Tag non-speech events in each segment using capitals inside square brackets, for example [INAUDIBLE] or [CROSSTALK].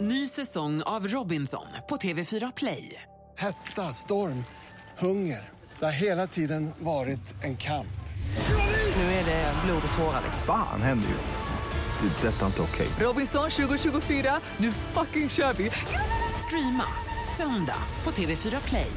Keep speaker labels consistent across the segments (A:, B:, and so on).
A: Ny säsong av Robinson på TV4 Play.
B: Hetta, storm, hunger. Det har hela tiden varit en kamp.
A: Nu är det blod och tårar. liksom.
C: Fan händer just nu. Det. är Detta är inte okej.
A: Robinson 2024, nu fucking kör vi! Streama söndag på TV4 Play.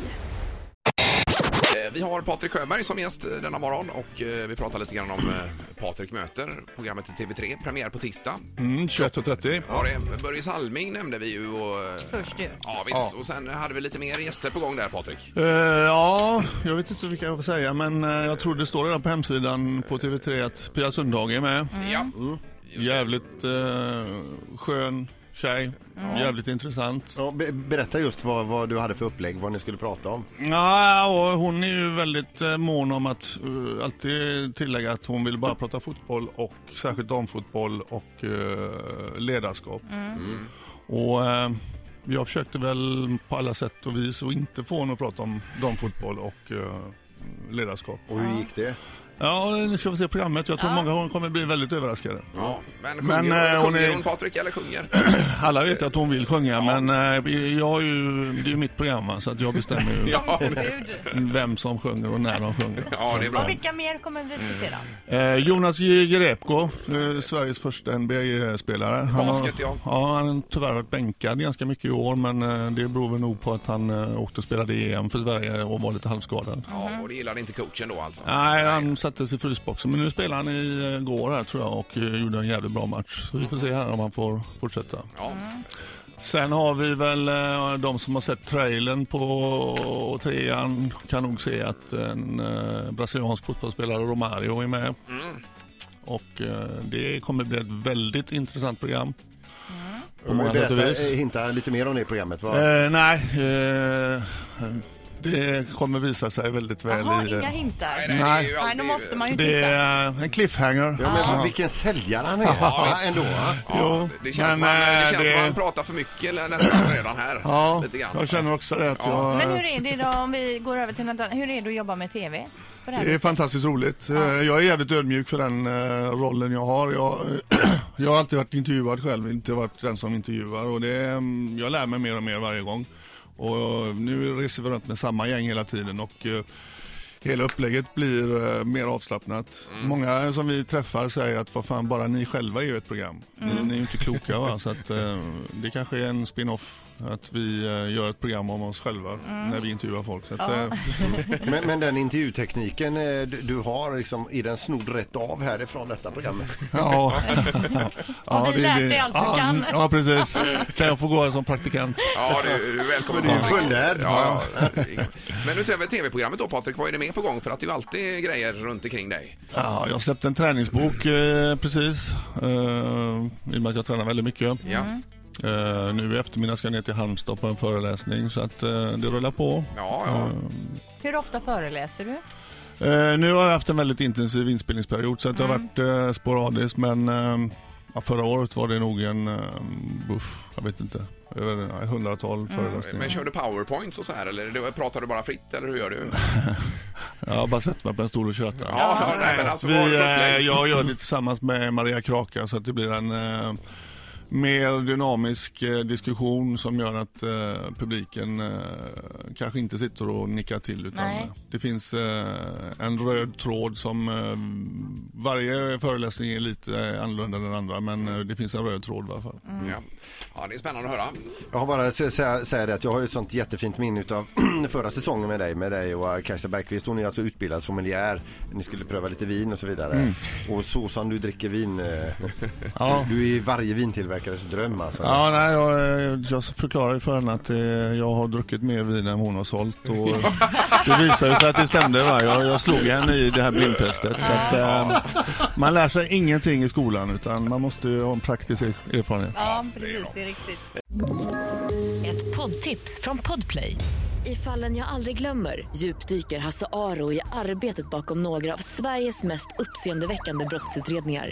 D: Eh, Vi har Patrik Sjöberg som gäst eh, denna morgon och eh, vi pratar lite grann om eh, Patrik möter, programmet i TV3, premiär på tisdag.
E: Mm, 21.30.
D: Har det- Börje Salming nämnde vi ju. Och, eh,
F: Först ju.
D: Ja, visst. Och sen hade vi lite mer gäster på gång där, Patrik.
E: Eh, ja, jag vet inte vilka jag får säga men eh, jag tror det står redan på hemsidan på TV3 att Pia Sundhage är med.
F: Mm.
D: Ja.
E: Mm. Jävligt eh, skön tjej, jävligt intressant.
G: Ja, be- berätta just vad, vad du hade för upplägg, vad ni skulle prata om.
E: Ja, och hon är ju väldigt eh, mån om att eh, alltid tillägga att hon vill bara prata fotboll och särskilt damfotboll och eh, ledarskap. Mm. Och eh, jag försökte väl på alla sätt och vis att inte få henne att prata om damfotboll och eh, ledarskap.
G: Och hur gick det?
E: Ja, ni ska få se programmet. Jag tror många kommer bli väldigt överraskade.
D: Ja, men sjunger,
E: Men, eh,
D: hon,
E: hon
D: sjunger
E: är-
D: hon Patrik eller
E: [CLEARS THROAT]
D: sjunger?
E: Alla vet att hon vill sjunga, men eh, jag är ju, det är ju mitt program va, så att jag bestämmer ju
D: Ja,
E: vem som sjunger och när de sjunger.
D: ja det är
F: Och
D: bra.
F: vilka mer kommer vi få se då?
E: Eh, Jonas J. Jerebko, eh, Sveriges första NBA-spelare. Han
D: Basket, ja.
E: har, ja. Han har tyvärr varit bänkad ganska mycket i år, men eh, det beror väl nog på att han eh, åkte och spelade i EM för Sverige och var lite halvskadad.
D: Ja,
F: Mm.
D: och det gillade inte coachen då alltså.
E: Nej, han sattes i frysboxen, men nu spelar han i eh, går här tror jag och eh, gjorde en jävligt bra match. Så vi får se här om han får fortsätta.
D: Ja.
F: Mm.
E: Sen har vi väl eh, de som har sett trailern på trean kan nog se att en eh, brasiliansk fotbollsspelare Romario är med.
D: Mm.
E: Och eh, det kommer bli ett väldigt intressant program. På många sätt och
G: Berätta,
E: vis.
G: eh, hinta lite mer om det programmet. Va?
E: Eh, nej, eh, det kommer visa sig väldigt väl
F: Jaha,
E: i det.
F: inga hintar.
D: Nej,
F: Nej,
D: nej, det är ju alltid...
F: då måste man ju
E: Det
F: titta.
E: är eh, en cliffhanger.
G: ja, men, Vilken säljare han är ja, ändå. va?
D: Ja,
E: Jo,
D: det känns,
E: men,
D: som, han, det
E: eh,
D: känns som
E: det-
D: han pratar för mycket eller nästan redan här.
E: Ja,
D: lite grann.
E: jag känner också det. Att
D: Ja.
E: jag,
F: Men hur är det då om vi går över till något annat? Hur är det att jobba med TV? På det här
E: Det är
F: viset?
E: fantastiskt roligt. Eh, Jag är jävligt ödmjuk för den eh, rollen jag har. Jag, [CLEARS THROAT] jag har alltid varit intervjuad själv, inte varit den som intervjuar. Och det, mm, jag lär mig mer och mer varje gång. Och eh, nu reser vi runt med samma gäng hela tiden och eh, hela upplägget blir eh, mer avslappnat. Många som vi träffar säger att vad fan, bara ni själva är ju ett program. Ni, ni är ju inte kloka va, så att eh, det kanske är en spin-off. Att vi eh, gör ett program om oss själva när vi intervjuar folk. Så att, eh,
G: Men, men den intervjutekniken eh, du du har, liksom, är den snodd rätt av härifrån detta programmet?
E: Ja.
F: [LAUGHS] Har du
E: det-
F: lärt
E: det-
F: dig allt du
E: ja,
F: kan?
E: Ja, precis. Kan jag få gå här som praktikant?
D: Ja, du, du är välkommen.
G: Du är ju fullärd.
D: Ja, ja. Men utöver tv-programmet då Patrik, vad är det mer på gång? För att det är ju alltid grejer runt omkring dig.
E: Ja, jag släppte en träningsbok eh, precis. Eh, I och med att jag tränar väldigt mycket.
D: Ja,
E: Eh, nu i eftermiddag ska jag ner till Halmstad på en föreläsning så att eh, det rullar på.
D: ja, ja.
F: Hur ofta föreläser du?
E: Eh, nu har jag haft en väldigt intensiv inspelningsperiod så att det har
F: Mm.
E: varit eh, sporadiskt men eh, ja, förra året var det nog en eh, buff, jag vet inte, över ett hundratal
G: Mm.
E: föreläsningar.
D: Mm. Men kör du powerpoints och så här eller det- pratar du bara fritt eller hur gör du?
G: Mm.
E: Jag har bara sett mig på en stol och tjötat.
D: Ja, ja, nej, men alltså,
E: vi,
D: vad har du för
E: eh,
D: upplägg?
E: jag gör det tillsammans med Maria Kraka så att det blir en eh, mer dynamisk eh, diskussion som gör att eh, publiken eh, kanske inte sitter och nickar till utan
F: Nej.
E: eh, det finns eh, en röd tråd som eh, varje föreläsning är lite eh, annorlunda än den andra men eh, det finns en röd tråd i alla fall.
D: Ja. ja, det är spännande att höra.
G: Jag har bara sä- sä- säga det att jag har ju ett sånt jättefint minne av [CLEARS THROAT] förra säsongen med dig, med dig och eh, Kajsa Bergqvist. Hon är alltså utbildad sommelier. Ni skulle pröva lite vin och så vidare. Och så som du dricker vin, eh,
E: Mm. Ja.
G: du är varje vintillverkares dröm alltså.
E: Ja, nej, jag, eh, jag förklarar ju för henne att eh, jag har druckit mer vin än hon har sålt och eh, det visade sig att det stämde. Va? Jag, jag slog henne i det här blindtestet. Så att, eh, man lär sig ingenting i skolan utan man måste ju ha en praktisk er- erfarenhet.
F: Ja, precis. Det är riktigt.
H: Ett poddtips från Podplay. I fallen jag aldrig glömmer djupdyker Hasse Aro i arbetet bakom några av Sveriges mest uppseendeväckande brottsutredningar.